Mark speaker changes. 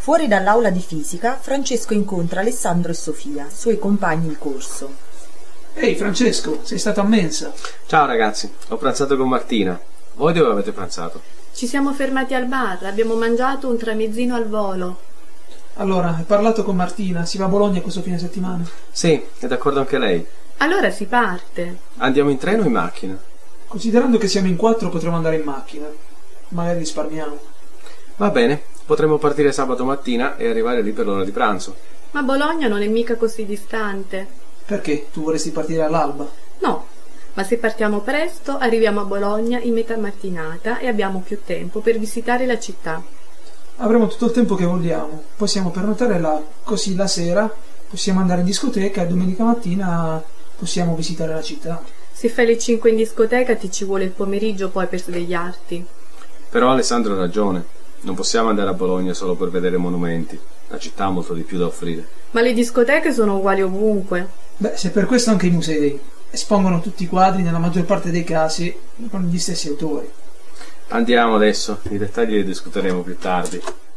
Speaker 1: Fuori dall'aula di fisica, Francesco incontra Alessandro e Sofia, suoi compagni di corso.
Speaker 2: Ehi Francesco, sei stato a mensa?
Speaker 3: Ciao ragazzi, ho pranzato con Martina. Voi dove avete pranzato?
Speaker 4: Ci siamo fermati al bar, abbiamo mangiato un tramezzino al volo.
Speaker 2: Allora, hai parlato con Martina, si va a Bologna questo fine settimana.
Speaker 3: Sì, è d'accordo anche lei.
Speaker 4: Allora si parte.
Speaker 3: Andiamo in treno o in macchina?
Speaker 2: Considerando che siamo in quattro potremo andare in macchina. Magari risparmiamo.
Speaker 3: Va bene, potremmo partire sabato mattina e arrivare lì per l'ora di pranzo.
Speaker 4: Ma Bologna non è mica così distante.
Speaker 2: Perché? Tu vorresti partire all'alba?
Speaker 4: No, ma se partiamo presto arriviamo a Bologna in metà mattinata e abbiamo più tempo per visitare la città.
Speaker 2: Avremo tutto il tempo che vogliamo. Possiamo prenotare là, così la sera possiamo andare in discoteca e domenica mattina possiamo visitare la città.
Speaker 4: Se fai le 5 in discoteca ti ci vuole il pomeriggio poi per svegliarti.
Speaker 3: Però Alessandro ha ragione. Non possiamo andare a Bologna solo per vedere monumenti. La città ha molto di più da offrire.
Speaker 4: Ma le discoteche sono uguali ovunque.
Speaker 2: Beh, se per questo anche i musei espongono tutti i quadri, nella maggior parte dei casi, con gli stessi autori.
Speaker 3: Andiamo adesso, i dettagli li discuteremo più tardi.